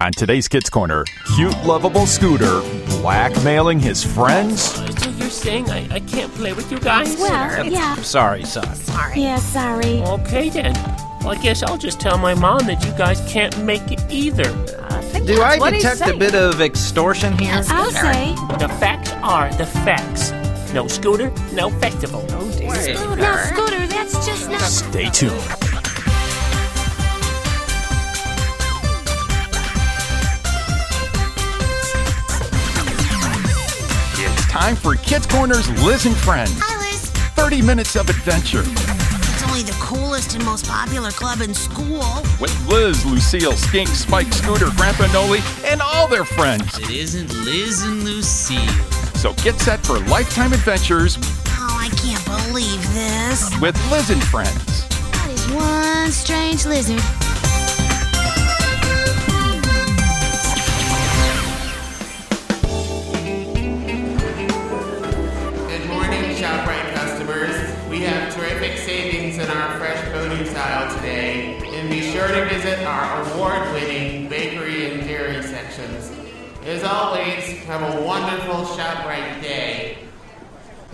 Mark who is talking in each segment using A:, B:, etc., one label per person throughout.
A: On today's Kids Corner, cute, lovable Scooter blackmailing his friends.
B: So you're saying I, I can't play with you guys?
C: Well, yeah,
D: Sorry, son.
C: yeah, sorry.
B: Okay then. Well, I guess I'll just tell my mom that you guys can't make it either.
E: Uh,
D: Do I detect a bit of extortion here?
C: I'll say,
B: The facts are the facts. No scooter, no festival.
E: Oh,
D: Wait.
F: Oh,
C: now, Scooter, that's just not.
A: Stay tuned. It's time for Kids Corner's Listen Friends
G: Alice,
A: 30 minutes of adventure
G: it's only the coolest and most popular club in school.
A: with Liz, Lucille, Skink, Spike, Scooter, Grandpa Noli, and all their friends.
H: It isn't Liz and Lucille.
A: So get set for lifetime adventures
G: Oh, I can't believe this.
A: with Liz and Friends.
G: That is one strange lizard.
I: Good morning, ShopRite customers. We have terrific savings in our fresh produce aisle today. And be sure to visit our award-winning bakery and dairy sections. As always, have a wonderful ShopRite day.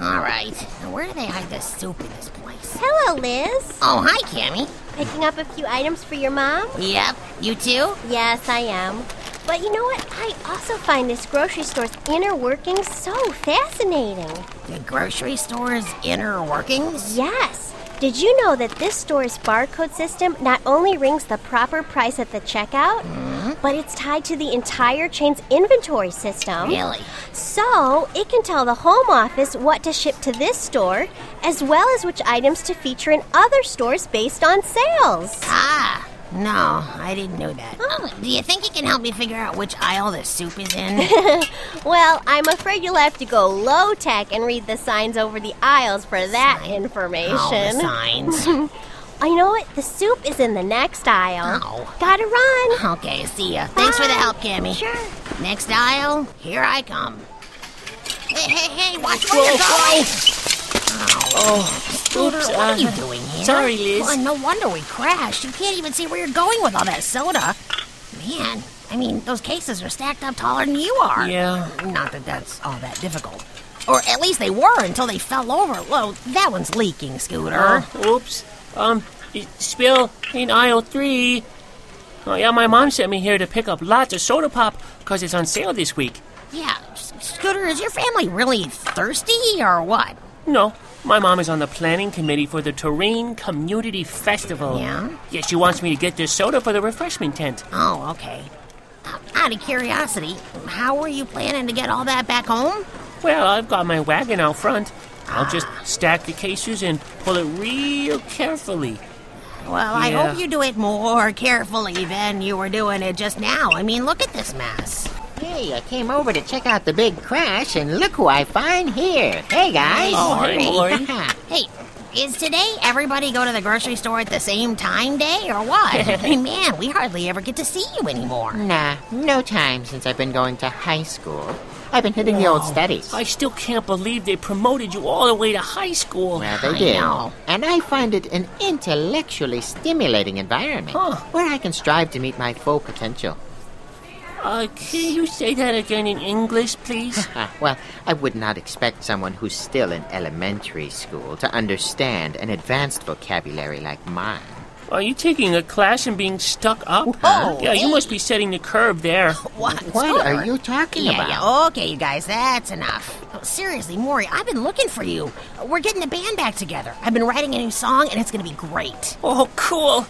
E: All right. Now, where do they hide the soup in this place?
J: Hello, Liz.
E: Oh, hi, Cammy.
J: Picking up a few items for your mom?
E: Yep. You too?
J: Yes, I am. But you know what? I also find this grocery store's inner workings so fascinating.
E: The grocery store's inner workings?
J: Yes. Did you know that this store's barcode system not only rings the proper price at the checkout,
E: Hmm?
J: but it's tied to the entire chain's inventory system?
E: Really?
J: So it can tell the home office what to ship to this store, as well as which items to feature in other stores based on sales.
E: Ah. No, I didn't know that. Oh, do you think you can help me figure out which aisle the soup is in?
J: Well, I'm afraid you'll have to go low tech and read the signs over the aisles for that information.
E: All the signs.
J: Oh, you know what? The soup is in the next aisle.
E: Oh.
J: Gotta run.
E: okay, see ya. Thanks for the help, Cammy.
J: Sure.
E: Next aisle, here I come. Hey, hey, hey, watch where you're going!
B: Oh,
E: Scooter,
B: Oops,
E: what are you
B: uh,
E: doing here?
B: sorry, Liz.
E: Well, no wonder we crashed. You can't even see where you're going with all that soda. Man, I mean, those cases are stacked up taller than you are.
B: Yeah.
E: Not that that's all that difficult. Or at least they were until they fell over. Well, that one's leaking, Scooter.
B: Uh, Oops. Um, y- spill in aisle three. Oh yeah, my mom sent me here to pick up lots of soda pop 'cause it's on sale this week.
E: Yeah, S- Scooter, is your family really thirsty or what?
B: No, my mom is on the planning committee for the Terrain Community Festival.
E: Yeah?
B: Yeah, she wants me to get this soda for the refreshment tent.
E: Oh, okay. Uh, Out of curiosity, how were you planning to get all that back home?
B: Well, I've got my wagon out front. I'll just
E: Ah.
B: stack the cases and pull it real carefully.
E: Well, I
B: Yeah.
E: hope you do it more carefully than you were doing it just now. I mean, look at this mess.
C: Hey, I came over to check out the big crash, and look who I find here. Hey, guys.
B: Oh, hey, Lori.
E: Hey, is today everybody go to the grocery store at the same time day or what? I mean, man, we hardly ever get to see you anymore.
C: nah, no time since I've been going to high school. I've been hitting the old studies.
B: I still can't believe they promoted you all the way to high school.
C: Well, they
E: I
C: do.
E: know.
C: And I find it an intellectually stimulating environment
B: Huh.
C: where I can strive to meet my full potential.
B: Uh, can you say that again in English, please?
C: Ah, well, I would not expect someone who's still in elementary school to understand an advanced vocabulary like mine.
B: Are you taking a class and being stuck up?
E: Whoa,
B: yeah, you
E: hey.
B: must be setting the curve there.
E: What?
C: What
E: Scooter?
C: are you talking
E: Yeah,
C: about?
E: yeah, okay, you guys, that's enough. Oh, Seriously, Maury, I've been looking for you. We're getting the band back together. I've been writing a new song, and it's gonna be great.
B: Oh, cool.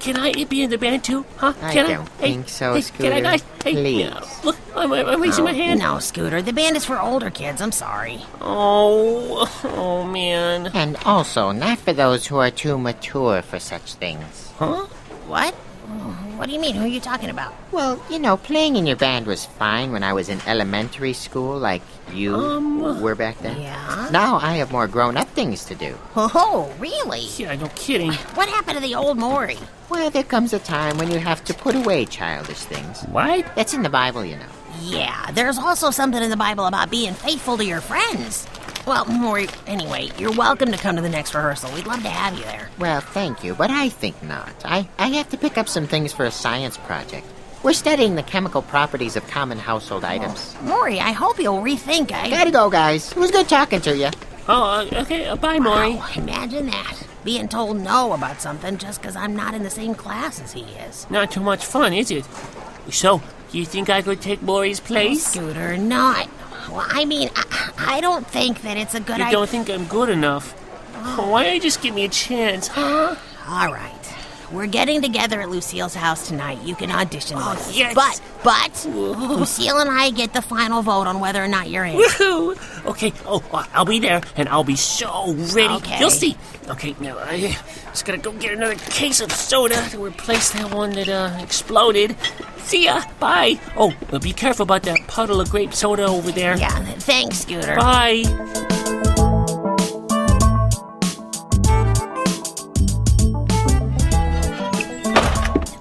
B: Can I be in the band too? Huh?
C: I
B: Can
C: don't
B: Hey,
C: think so,
B: hey, Can I,
C: Scooter.
B: guys? Hey,
C: Please.
B: uh, look, I'm, I'm raising my hand.
E: No, Scooter, the band is for older kids. I'm sorry.
B: Oh, oh man.
C: And also, not for those who are too mature for such things.
B: Huh?
E: What? What do you mean? Who are you talking about?
C: Well, you know, playing in your band was fine when I was in elementary school, like you
B: Um,
C: were back then.
E: yeah.
C: Now I have more grown up things to do.
E: Oh, really?
B: Yeah, no kidding.
E: What happened to the old Maury?
C: Well, there comes a time when you have to put away childish things.
B: What?
C: That's in the Bible, you know.
E: Yeah, there's also something in the Bible about being faithful to your friends. Well, Maury, anyway, you're welcome to come to the next rehearsal. We'd love to have you there.
C: Well, thank you, but I think not. I, I have to pick up some things for a science project. We're studying the chemical properties of common household items.
E: Maury, I hope you'll rethink, I.
C: Gotta go, guys. It was good talking to you.
B: Oh, uh, okay. Uh, bye, Maury.
E: Oh, imagine that. Being told no about something just because I'm not in the same class as he is.
B: Not too much fun, is it? So, you think I could take Maury's place?
E: Scooter, not. Well, I mean, I, I don't think that it's a good
B: You
E: idea.
B: don't think I'm good enough? Oh, why don't you just give me a chance, huh?
E: All right. We're getting together at Lucille's house tonight. You can audition with us.
B: Oh, yes.
E: But, but, Lucille and I get the final vote on whether or not you're in.
B: Woohoo! Okay, oh, uh, I'll be there, and I'll be so ready.
E: Okay.
B: You'll see. Okay, now I just gotta go get another case of soda to replace that one that uh, exploded. See ya. Bye. Oh, but be careful about that puddle of grape soda over there.
E: yeah, th- thanks, Scooter.
B: Bye.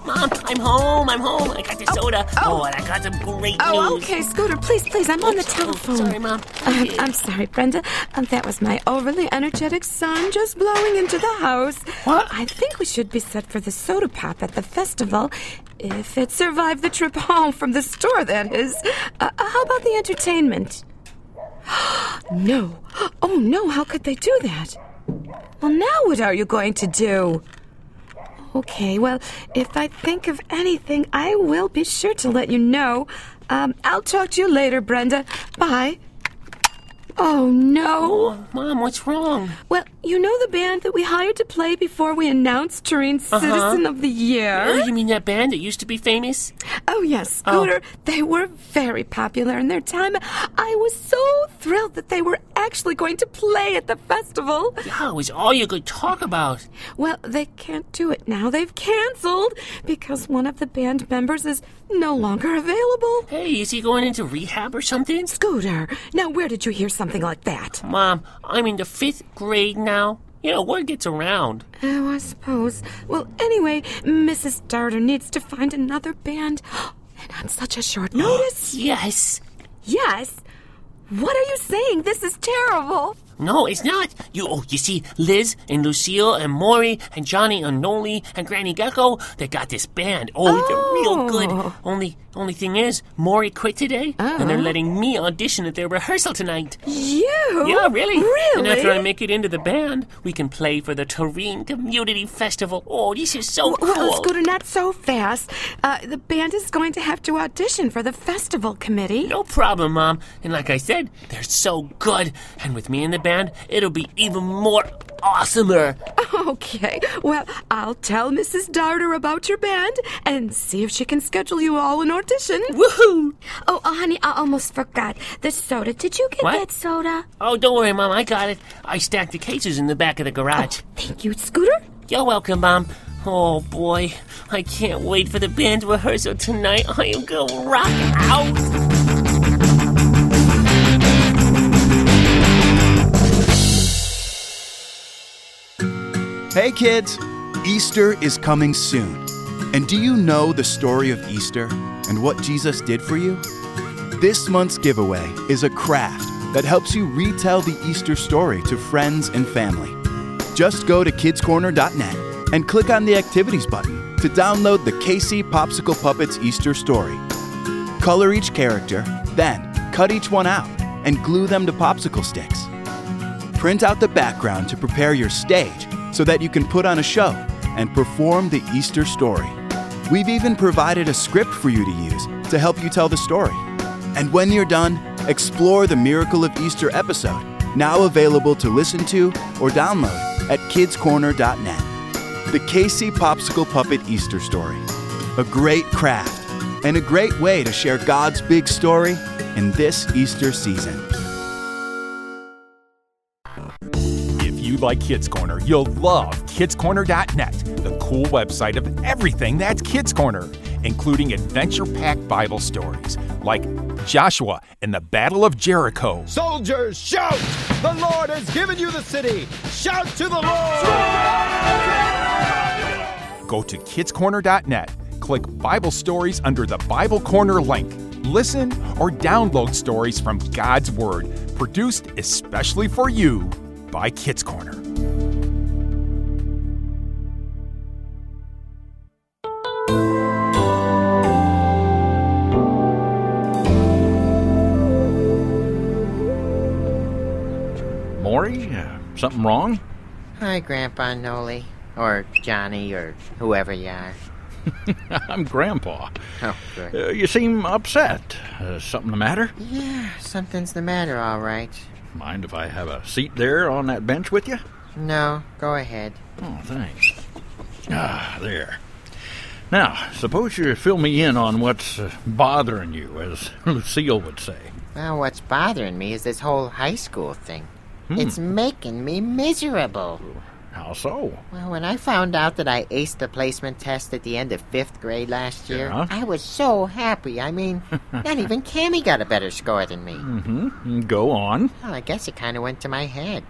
B: Mom, I'm home. I'm home. I got the soda. Oh, and I got some great
F: Oh,
B: news.
F: okay, Scooter, please, please, I'm on the
B: Oops. Oh,
F: telephone.
B: sorry, Mom.
F: Um, I'm sorry, Brenda. Um, that was my overly energetic son just blowing into the house.
B: What?
F: I think we should be set for the soda pop at the festival. If it survived the trip home from the store, that is. Uh, how about the entertainment? no. Oh, no, how could they do that? Well, now what are you going to do? Okay, well, if I think of anything, I will be sure to let you know. Um, I'll talk to you later, Brenda. Bye. Oh, no.
B: Mom, what's wrong?
F: Well, you know the band that we hired to play before we announced Turin's Citizen of the
B: Uh-huh. Oh,
F: Year?
B: you mean that band that used to be famous?
F: Oh, yes, Scooter. They were very popular in their time. I was so thrilled that they were actually going to play at the festival.
B: Yeah, it was all you could talk about.
F: Well, they can't do it now. They've canceled because one of the band members is no longer available.
B: Hey, is he going into rehab or something?
F: Scooter, now where did you hear something like that?
B: Mom, I'm in the fifth grade now. You know, word gets around.
F: Oh, I suppose. Well, anyway, Mrs. Darter needs to find another band. And on such a short notice.
B: Yes.
F: yes. What are you saying? This is terrible.
B: No, it's not. You, oh, you see, Liz and Lucille and Maury and Johnny and Noli and Granny Gecko, they got this band. Oh, they're real good.
F: Oh.
B: Only, only thing is, Maury quit today, and they're letting me audition at their rehearsal tonight.
F: You?
B: Yeah, really.
F: Oh, Really?
B: And after I make it into the band, we can play for the Turin Community Festival. Oh, this is so
F: Well,
B: cool.
F: Scooter, not so fast. Uh, the band is going to have to audition for the festival committee.
B: No problem, Mom. And like I said, they're so good. And with me in the band, it'll be even more awesomer.
F: Okay. Well, I'll tell Mrs. Darter about your band and see if she can schedule you all an audition.
B: Woohoo!
F: Oh, uh, honey, I almost forgot. The soda. Did you get
B: What?
F: that soda?
B: Oh, don't worry, Mom. I got it. I stacked the cases in the back of the garage.
G: Oh,
F: Thank you, Scooter.
B: You're welcome, Mom. Oh, boy. I can't wait for the band rehearsal tonight. I am going to rock out.
K: Hey kids! Easter is coming soon. And do you know the story of Easter and what Jesus did for you? This month's giveaway is a craft that helps you retell the Easter story to friends and family. Just go to kidscorner.net and click on the activities button to download the Casey Popsicle Puppets Easter story. Color each character, then cut each one out and glue them to popsicle sticks. Print out the background to prepare your stage so that you can put on a show and perform the Easter story. We've even provided a script for you to use to help you tell the story. And when you're done, explore the Miracle of Easter episode, now available to listen to or download at kidscorner.net. The KC Popsicle Puppet Easter Story. A great craft and a great way to share God's big story in this Easter season.
A: If you like Kids Corner, you'll love kidscorner.net, the cool website of everything that's Kids Corner, including adventure packed Bible stories like Joshua and the Battle of Jericho,
D: Soldiers, shout! The Lord has given you the city! Shout to the Lord!
A: go to kidscorner.net, click Bible Stories under the Bible Corner link. Listen or download stories from God's Word, produced especially for you by Kids Corner.
L: story? Uh, something wrong?
C: Hi, Grandpa Noli. Or Johnny, or whoever you are.
L: I'm Grandpa.
C: Oh, good.
L: Uh, you seem upset. Uh, something the matter?
C: Yeah, something's the matter, all right.
L: Mind if I have a seat there on that bench with you?
C: No, go ahead.
L: Oh, thanks. Ah, there. Now, suppose you fill me in on what's uh, bothering you, as Lucille would say.
C: Well, what's bothering me is this whole high school thing. It's making me miserable.
L: Hmm. How so?
C: Well, when I found out that I aced the placement test at the end of fifth grade last year,
L: Yeah.
C: I was so happy. I mean, not even Cammy got a better score than me.
L: Mm-hmm. Go on.
C: Well, I guess it kind of went to my head.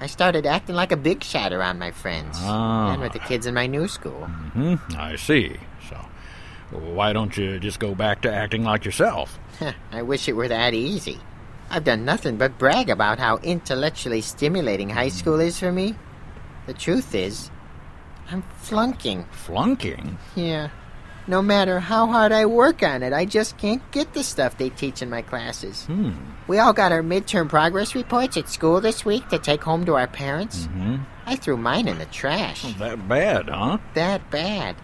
C: I started acting like a big shot around my friends
L: Ah.
C: and with the kids in my new school.
L: hmm I see. So, why don't you just go back to acting like yourself?
C: Heh, I wish it were that easy. I've done nothing but brag about how intellectually stimulating high
L: Mm.
C: school is for me. The truth is, I'm flunking.
L: Flunking?
C: Yeah. No matter how hard I work on it, I just can't get the stuff they teach in my classes.
L: Hmm.
C: We all got our midterm progress reports at school this week to take home to our parents.
L: hmm
C: I threw mine in the trash.
L: Oh, That bad, huh?
C: That bad.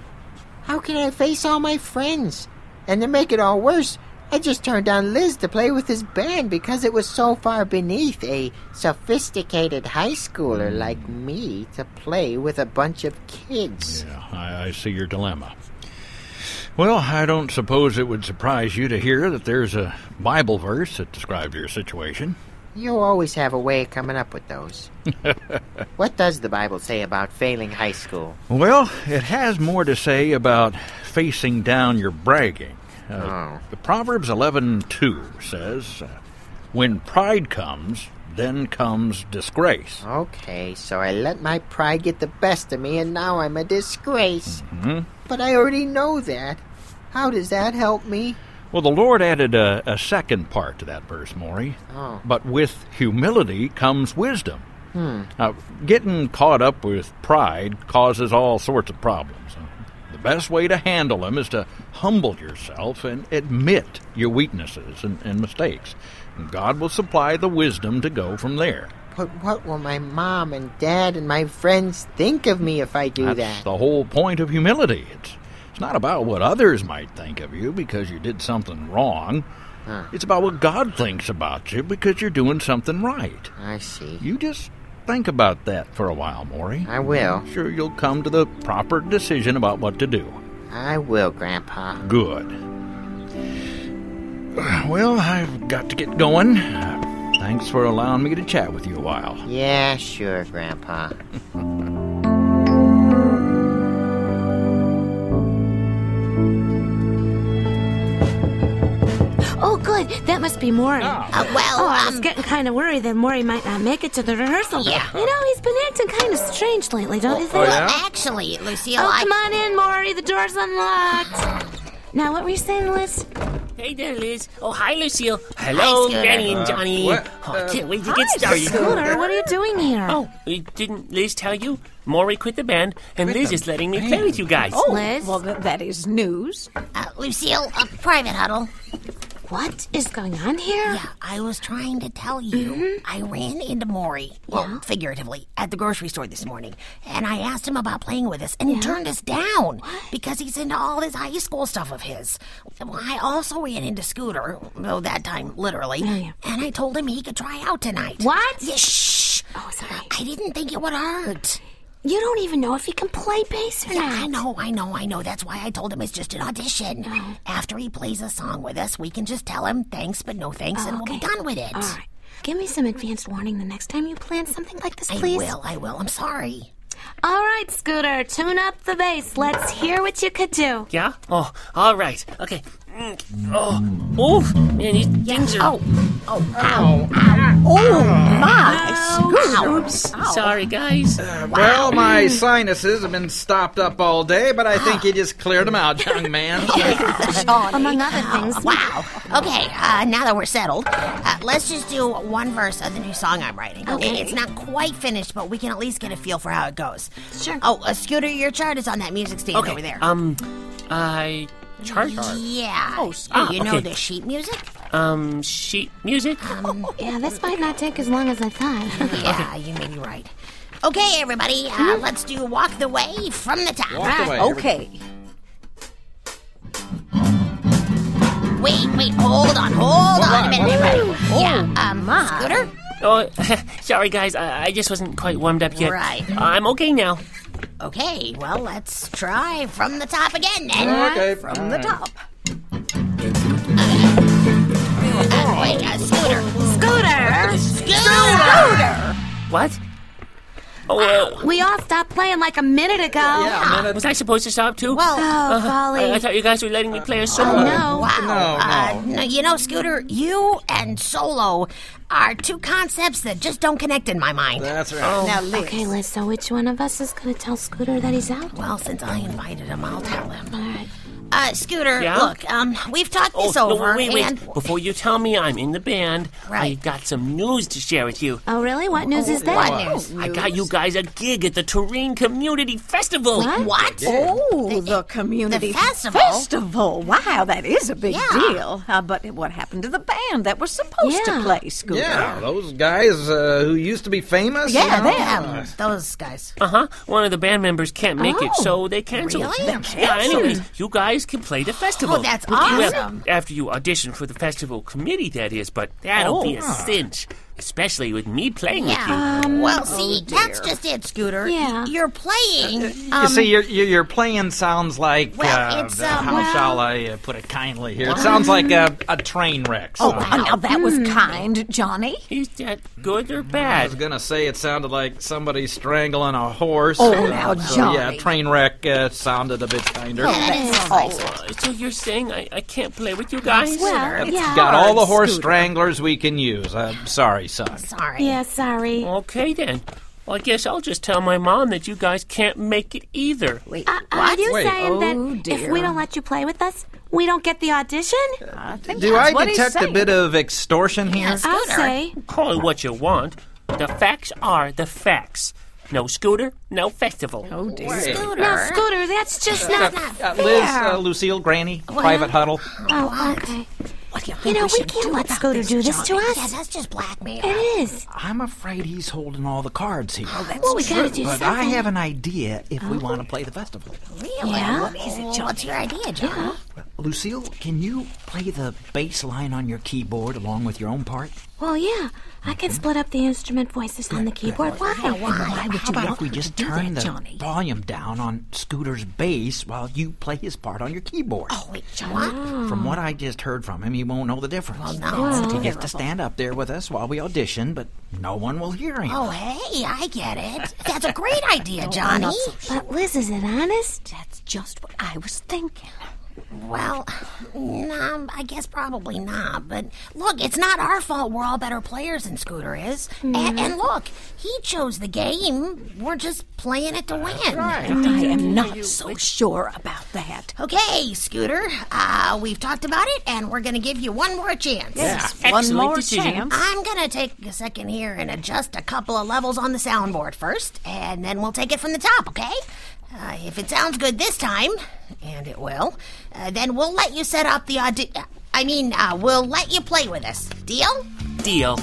C: How can I face all my friends? And to make it all worse, I just turned down Liz to play with his band because it was so far beneath a sophisticated high
L: Mm.
C: schooler like me to play with a bunch of kids.
L: Yeah, I, I see your dilemma. Well, I don't suppose it would surprise you to hear that there's a Bible verse that describes your situation.
C: You always have a way of coming up with those. what does the Bible say about failing high school?
L: Well, it has more to say about facing down your bragging.
C: Oh.
L: Uh, The Proverbs 11:2 says, uh, "When pride comes, then comes disgrace."
C: Okay, so I let my pride get the best of me and now I'm a disgrace.
L: Hmm?
C: But I already know that. How does that help me?
L: Well, the Lord added a, a second part to that verse, Maury.
C: Oh.
L: But with humility comes wisdom.
C: Hmm.
L: Now, getting caught up with pride causes all sorts of problems. The best way to handle them is to humble yourself and admit your weaknesses and, and mistakes. And God will supply the wisdom to go from there.
C: But what will my mom and dad and my friends think of me if I do
L: That's
C: that?
L: the whole point of humility. It's, it's not about what others might think of you because you did something wrong. It's about what God thinks about you because you're doing something right.
C: I see.
L: You just think about that for a while, Maury.
C: I will.
L: I'm sure you'll come to the proper decision about what to do.
C: I will, Grandpa.
L: Good. Well, I've got to get going. Thanks for allowing me to chat with you a while.
C: Yeah, sure, Grandpa.
G: Oh, good. That must be Maury.
E: Uh, well,
G: oh, I was getting kind of worried that Maury might not make it to the rehearsal.
E: Yeah.
G: You know, he's been acting kind of strange lately, don't you think?
E: Well, actually, Lucille,
G: Oh,
E: I.
G: come on in, Maury. The door's unlocked. Now, what were you saying, Liz?
B: Hey there, Liz. Oh, hi, Lucille. Hello,
G: Scooter.
B: Granny
G: Uh,
B: and Johnny.
G: what? uh,
B: oh, I can't wait to
G: Hi,
B: get started.
G: Scooter. What are you doing here?
B: Oh, uh, didn't Liz tell you? Maury quit the band, and Liz is letting me play with you guys.
M: Oh,
G: Liz?
M: well, th- that is news.
E: Uh, Lucille, a private huddle.
G: What is going on here? Mm-hmm.
E: Yeah, I was trying to tell you. I ran into Maury, well, figuratively, at the grocery store this morning, and I asked him about playing with us, and he turned us down because he's into all this high school stuff of his. Well, I also ran into Scooter, though that time literally, and I told him he could try out tonight.
G: Oh, What?
E: Yeah, shh.
G: Oh, sorry.
E: I didn't think it would hurt.
G: You don't even know if he can play bass or
E: Yeah,
G: not.
E: I know, I know, I know. That's why I told him it's just an audition.
G: Oh.
E: After he plays a song with us, we can just tell him thanks, but no thanks, and
G: Oh,
E: we'll be done with it.
G: All right. Give me some advanced warning the next time you plan something like this,
E: I
G: please.
E: will, I will. I'm sorry.
G: All right, Scooter. Tune up the bass. Let's hear what you could do.
B: Yeah? Oh, all right. Okay. Mm, Oh, oof. Man, these things are.
E: Oh, oh, ow, ow.
M: Oh, my.
B: Oops. Sorry, guys.
N: Uh, Well, my sinuses have been stopped up all day, but I think you just cleared them out, young man.
G: Among other things.
E: Wow. Okay, uh, now that we're settled, uh, let's just do one verse of the new song I'm writing.
G: Okay.
E: It's not quite finished, but we can at least get a feel for how it goes. Sure. Oh, uh, Scooter, your chart is on that music stand
B: Okay.
E: over there.
B: Um, I. Chart?
E: Yeah. Oh,
B: ah,
E: you know
B: okay.
E: the sheet music?
B: Um, sheet music?
G: Um, yeah, this might not take as long as I thought.
E: yeah, you may be right. Okay, everybody, uh, let's do Walk the Way from the top.
G: Walk the Way, here we
E: okay. Wait, wait, hold on, hold on a minute, everybody. Yeah, um, Scooter?
B: Oh, sorry, guys. I, I just wasn't quite warmed up yet.
E: Right.
B: I'm okay now.
E: Okay, well, let's try from the top again then.
B: Okay,
E: from the
B: fine.
E: top. Uh, wait, uh, Scooter. Scooter! Scooter!
B: What? Oh, uh,
F: We all stopped playing like a minute ago.
B: was I supposed to stop too? Well,
F: Oh, Polly.
B: I, I thought you guys were letting me play a solo.
E: no. Wow. Uh, no, you know, Scooter, you and solo are two concepts that just don't connect in my mind.
N: That's right.
B: Oh.
G: Oh
E: Now, Liz.
G: Okay, Liz, so which one of us is going to tell Scooter that he's out?
E: Well, since I invited him, I'll tell him. All right. Uh, Scooter,
B: Yeah?
E: look, um, we've talked
B: Oh,
E: this
B: no,
E: over,
B: wait, wait.
E: and
B: Before you tell me I'm in the band, I
E: Right. Uh,
B: got some news to share with you.
G: Oh, really? What news is that?
B: What? I got you guys a gig at the Turin Community Festival.
E: What?
O: Oh, the, community
E: the festival?
O: festival. Wow, that is a big
E: Yeah.
O: deal. Uh, but what happened to the band that was supposed to play Scooter?
N: Yeah, those guys uh, who used to be famous. you
O: Yeah,
N: know?
O: them.
E: those guys.
B: Uh huh. One of the band members can't make it,
E: Oh,
B: so they canceled.
E: really? They
B: Yeah.
E: canceled?
B: Anyways, you guys can play the festival.
E: Oh, that's
B: Well,
E: awesome.
B: after you audition for the festival committee, that is. But that'll
E: Oh.
B: be a
E: Ah.
B: cinch, especially with me playing with you. Oh,
E: Yeah.
G: Um,
E: um, oh, well, see, that's just it, Scooter. Yeah. You're playing.
N: Uh, you
E: Um,
N: see, your, your, your playing sounds like.
E: Well,
N: uh,
E: it's,
N: uh,
E: um,
N: how
E: well-
N: shall I uh, put it kindly here? It sounds like a, a train wreck.
O: Oh,
N: so-
O: wow, now that was kind, Johnny.
B: Is that good or
N: I
B: bad?
N: was gonna say it sounded like somebody strangling a horse.
O: Oh,
N: Uh,
O: now,
N: so, yeah,
O: Johnny.
N: train wreck uh, sounded a bit kinder.
B: Oh, so you're saying I, I can't play with you guys?
G: Well, It's yeah.
N: Got all the horse
G: Scooter.
N: stranglers we can use. I'm sorry, son.
E: Sorry.
G: Yeah, sorry.
B: Okay then. Well, I guess I'll just tell my mom that you guys can't make it either.
E: Wait,
G: Uh, are you
B: Wait.
G: saying
B: Oh,
G: that if we
B: dear.
G: don't let you play with us, we don't get the audition?
N: Do I detect a bit of extortion here?
G: I'll say.
B: Call it what you want. The facts are the facts. No scooter, no festival.
O: Oh dear.
N: Scooter.
G: No, Scooter, that's just
N: Uh,
G: not.
N: uh, Liz, uh, Lucille, Granny, private huddle.
G: Oh, okay.
E: What do you,
G: You
E: think
G: know,
E: we,
G: we
E: should
G: can't
E: do
G: let
E: about
G: Scooter do this to
E: Johnny?
G: us.
E: Yeah, that's just blackmail.
G: It is.
N: I'm afraid he's holding all the cards here. Oh,
G: that's Well, we gotta true. do
N: But I
G: something. Oh.
N: have an idea if we want to play the festival.
E: Really?
G: Yeah.
E: What is it, Johnny? What's your idea, Johnny?
N: Lucille, can you play the bass line on your keyboard along with your own part?
G: Well, yeah, I can split up the instrument voices on the keyboard. Why? Why
N: How about if we just turn the volume down on Scooter's bass while you play his part on your keyboard?
E: Oh, wait, Johnny.
N: From what I just heard from him, he won't know the difference.
E: Well, no, it's
N: he gets
E: terrible.
N: to stand up there with us while we audition, but no one will hear him.
E: Oh, hey, I get it. That's a great idea, Johnny.
G: But Liz, is it honest?
O: That's just what I was thinking.
E: Well, nah, I guess probably not. But look, it's not our fault we're all better players than Scooter is. A-
O: Mm-hmm.
E: And, look, he chose the game. We're just playing it to win.
O: I
B: Mm-hmm.
O: am not so sure about that.
E: Okay, Scooter, uh, we've talked about it, and we're going to give you one more chance.
O: One
B: Excellent
O: more
B: decision.
O: chance.
E: I'm going to take a second here and adjust a couple of levels on the soundboard first, and then we'll take it from the top, okay? Uh, if it sounds good this time, and it will, uh, then we'll let you set up the audi- uh, I mean, uh, we'll let you play with us. Deal?
B: Deal.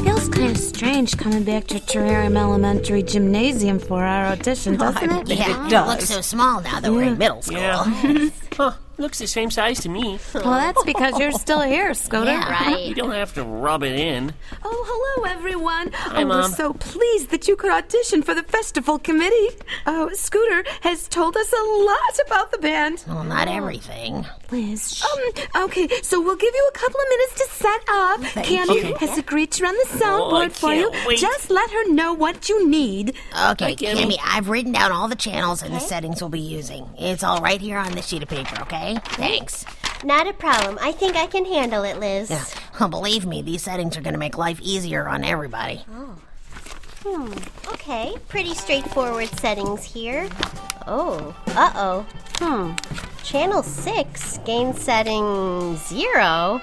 G: Feels kind of strange coming back to Terrarium Elementary Gymnasium for our audition, doesn't it?
E: yeah, looks so small now that we're in middle school.
B: Yeah. huh, looks the same size to me.
G: Well, that's because you're still here, Scooter.
E: Yeah,
B: You
E: right.
B: don't have to rub it in.
F: Oh, hello, everyone. oh,
B: Mom.
F: we're so pleased that you could audition for the festival committee. Oh, Scooter has told us a lot about the band.
E: Well, not everything.
G: Liz, sh-
F: Um, okay, so we'll give you a couple of minutes to set up. Candy
B: you.
F: has agreed to run the
B: Oh, I
F: soundboard for you.
B: can't wait.
F: Just let her know what you need.
E: Okay,
B: Okay,
E: Kimmy,
B: Kimmy.
E: I've written down all the channels and the settings we'll be using. It's all right here on this sheet of paper, okay? Thanks.
J: Not a problem. I think I can handle it, Liz.
E: Yeah. Oh, believe me, these settings are going to make life easier on everybody.
J: Hmm. Okay. Pretty straightforward settings here. Oh. Uh oh. Hmm. Channel 6, gain setting 0.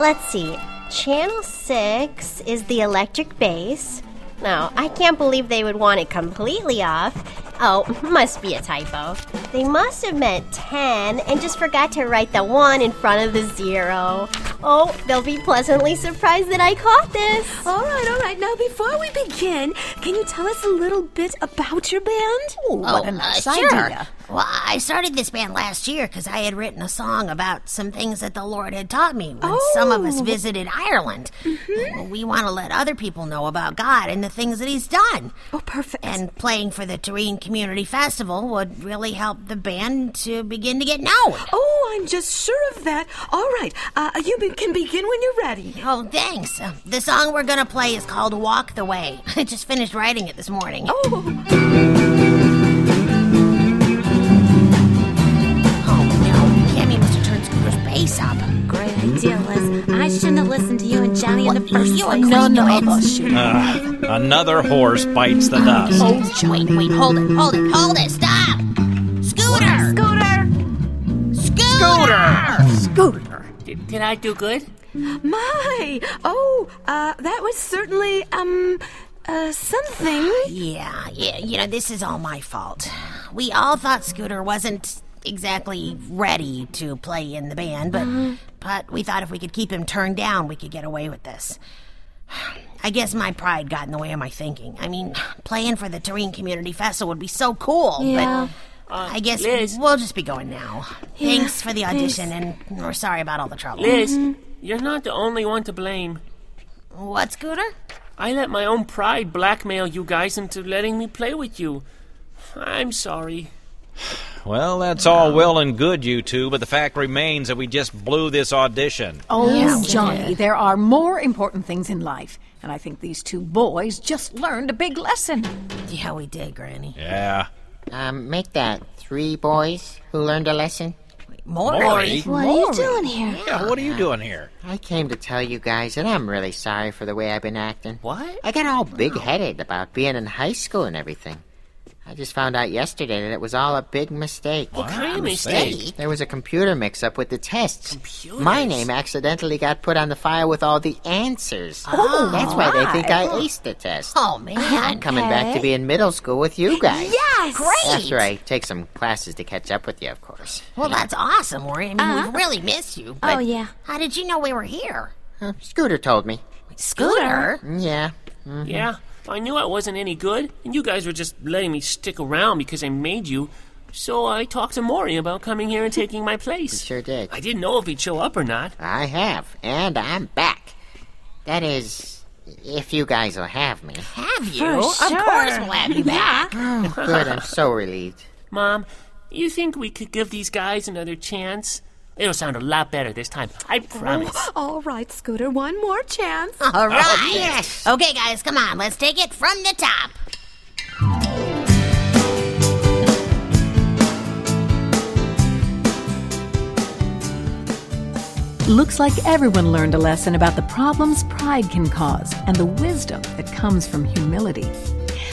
J: Let's see. Channel 6 is the electric bass. No, I can't believe they would want it completely off. Oh, must be a typo. They must have meant 10 and just forgot to write the 1 in front of the 0. Oh, they'll be pleasantly surprised that I caught this.
F: All right, all right. Now, before we begin, can you tell us a little bit about your band?
E: Ooh,
J: Oh,
E: oh, what a nice
F: uh,
E: idea.
F: sure.
E: Well, I started this band last year because I had written a song about some things that the Lord had taught me when some of us
F: Oh. Mm-hmm.
E: visited Ireland. And we want to let other people know about God and the things that He's done.
F: Oh, perfect.
E: And playing for the Tereen Community Festival would really help the band to begin to get known.
F: Oh, I'm just sure of that. All right, uh, you be- can begin when you're ready.
E: Oh, thanks. Uh, The song we're going to play is called Walk the Way. I just finished writing it this morning.
F: Oh.
E: no. Cammy must have turned Scooter's bass up.
P: Great idea, Liz. I shouldn't have listened to you and Johnny in the first
E: you
P: place.
E: agreed No, no, to it.
P: no. Shoot.
Q: Ah, another horse bites the dust.
E: Oh, wait, wait, hold it, hold it, hold it, stop! Scooter!
P: Scooter!
E: Scooter!
B: Scooter. Did, did I do good?
F: My! Oh, uh, that was certainly, um, uh, something.
E: Yeah, yeah, you know, this is all my fault. We all thought Scooter wasn't exactly ready to play in the band, but
F: Uh-huh.
E: but we thought if we could keep him turned down, we could get away with this. I guess my pride got in the way of my thinking. I mean, playing for the Terrain Community Festival would be so cool,
P: Yeah.
E: but I guess
B: Uh, Liz.
E: we'll just be going now.
B: Yeah,
E: Thanks for the
B: thanks.
E: audition, and we're sorry about all the trouble. Mm-hmm.
B: Liz, you're not the only one to blame.
E: What, Scooter?
B: I let my own pride blackmail you guys into letting me play with you. I'm sorry.
Q: Well, that's all well and good, you two, but the fact remains that we just blew this audition.
O: Oh,
Q: Yeah, we
O: Johnny, there are more important things in life, and I think these two boys just learned a big lesson.
E: Yeah, we did, Granny.
Q: Yeah.
C: Um, make that three boys who learned a lesson.
Q: Maury?
C: What
P: are you doing here?
Q: Yeah, what are you doing here?
C: I came to tell you guys that I'm really sorry for the way I've been acting.
B: What?
C: I got all big headed about being in high school and everything. I just found out yesterday that it was all a big mistake.
B: What kind of mistake? mistake?
C: There was a computer mix up with the tests. My name accidentally got put on the file with all the answers.
E: Oh,
C: That's why they think I
E: my.
C: aced the test.
E: Oh, man.
C: I'm coming back to be in middle school with you guys.
E: Yes! Great!
C: After I take some classes to catch up with you, of course.
E: Well, that's awesome, Maury. I mean, we really missed you. But
P: yeah.
E: How did you know we were here?
C: Uh, Scooter told me.
E: Scooter?
C: Yeah. Mhm.
B: Yeah, I knew I wasn't any good, and you guys were just letting me stick around because I made you. So I talked to Maury about coming here and taking my place.
C: sure did.
B: I didn't know if he'd show up or not.
C: I have, and I'm back. That is, if you guys will have me.
E: Have you?
B: For
E: of
B: sure.
E: course we'll have you back.
C: Good, I'm so relieved.
B: Mom, you think we could give these guys another chance? It'll sound a lot better this time. I promise.
F: Oh, all right, Scooter, one more chance.
E: All right. yes. Okay, guys, come on. Let's take it from the top.
R: Looks like everyone learned a lesson about the problems pride can cause and the wisdom that comes from humility.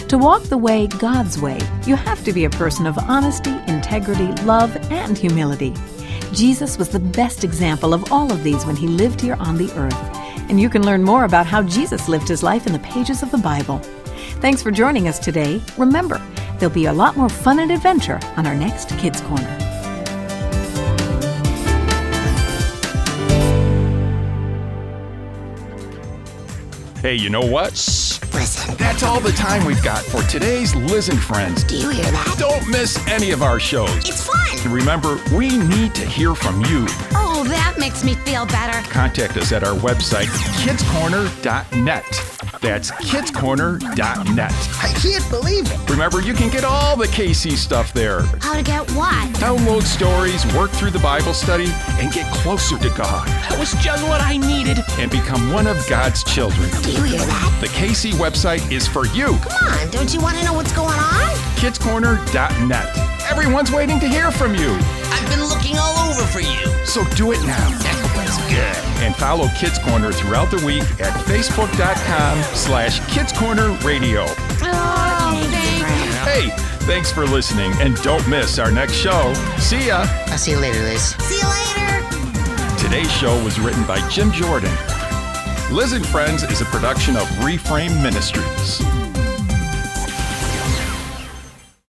R: To walk the way God's way, you have to be a person of honesty, integrity, love, and humility. Jesus was the best example of all of these when he lived here on the earth, and you can learn more about how Jesus lived his life in the pages of the Bible. Thanks for joining us today. Remember, there'll be a lot more fun and adventure on our next Kids Corner.
A: Hey, you know what?
K: Listen.
A: That's all the time we've got for today's Listen Friends. Do
K: you
A: hear that? Don't miss any of our shows.
P: It's fun!
A: And remember, we need to hear from you.
P: Oh, that makes me feel better.
A: Contact us at our website, kidscorner.net. That's kidscorner.net.
P: I can't believe it.
A: Remember, you can get all the KC stuff there.
P: How to get what?
A: Download stories, work through the Bible study, and get closer to God.
B: That was just what I needed.
A: And become one of God's children. Do you hear that? The KC website is for you.
E: Come on. Don't you want to know what's going on?
A: Kidscorner.net. Everyone's waiting to hear from you.
P: I've been looking all over for you.
A: So do it now. And follow Kids Corner throughout the week at facebook.com slash Kids Corner Radio.
P: Oh, thank
A: Hey, thanks for listening and don't miss our next show. See ya.
C: I'll see you later, Liz.
P: See you later.
A: Today's show was written by Jim Jordan. Liz and Friends is a production of Reframe Ministries.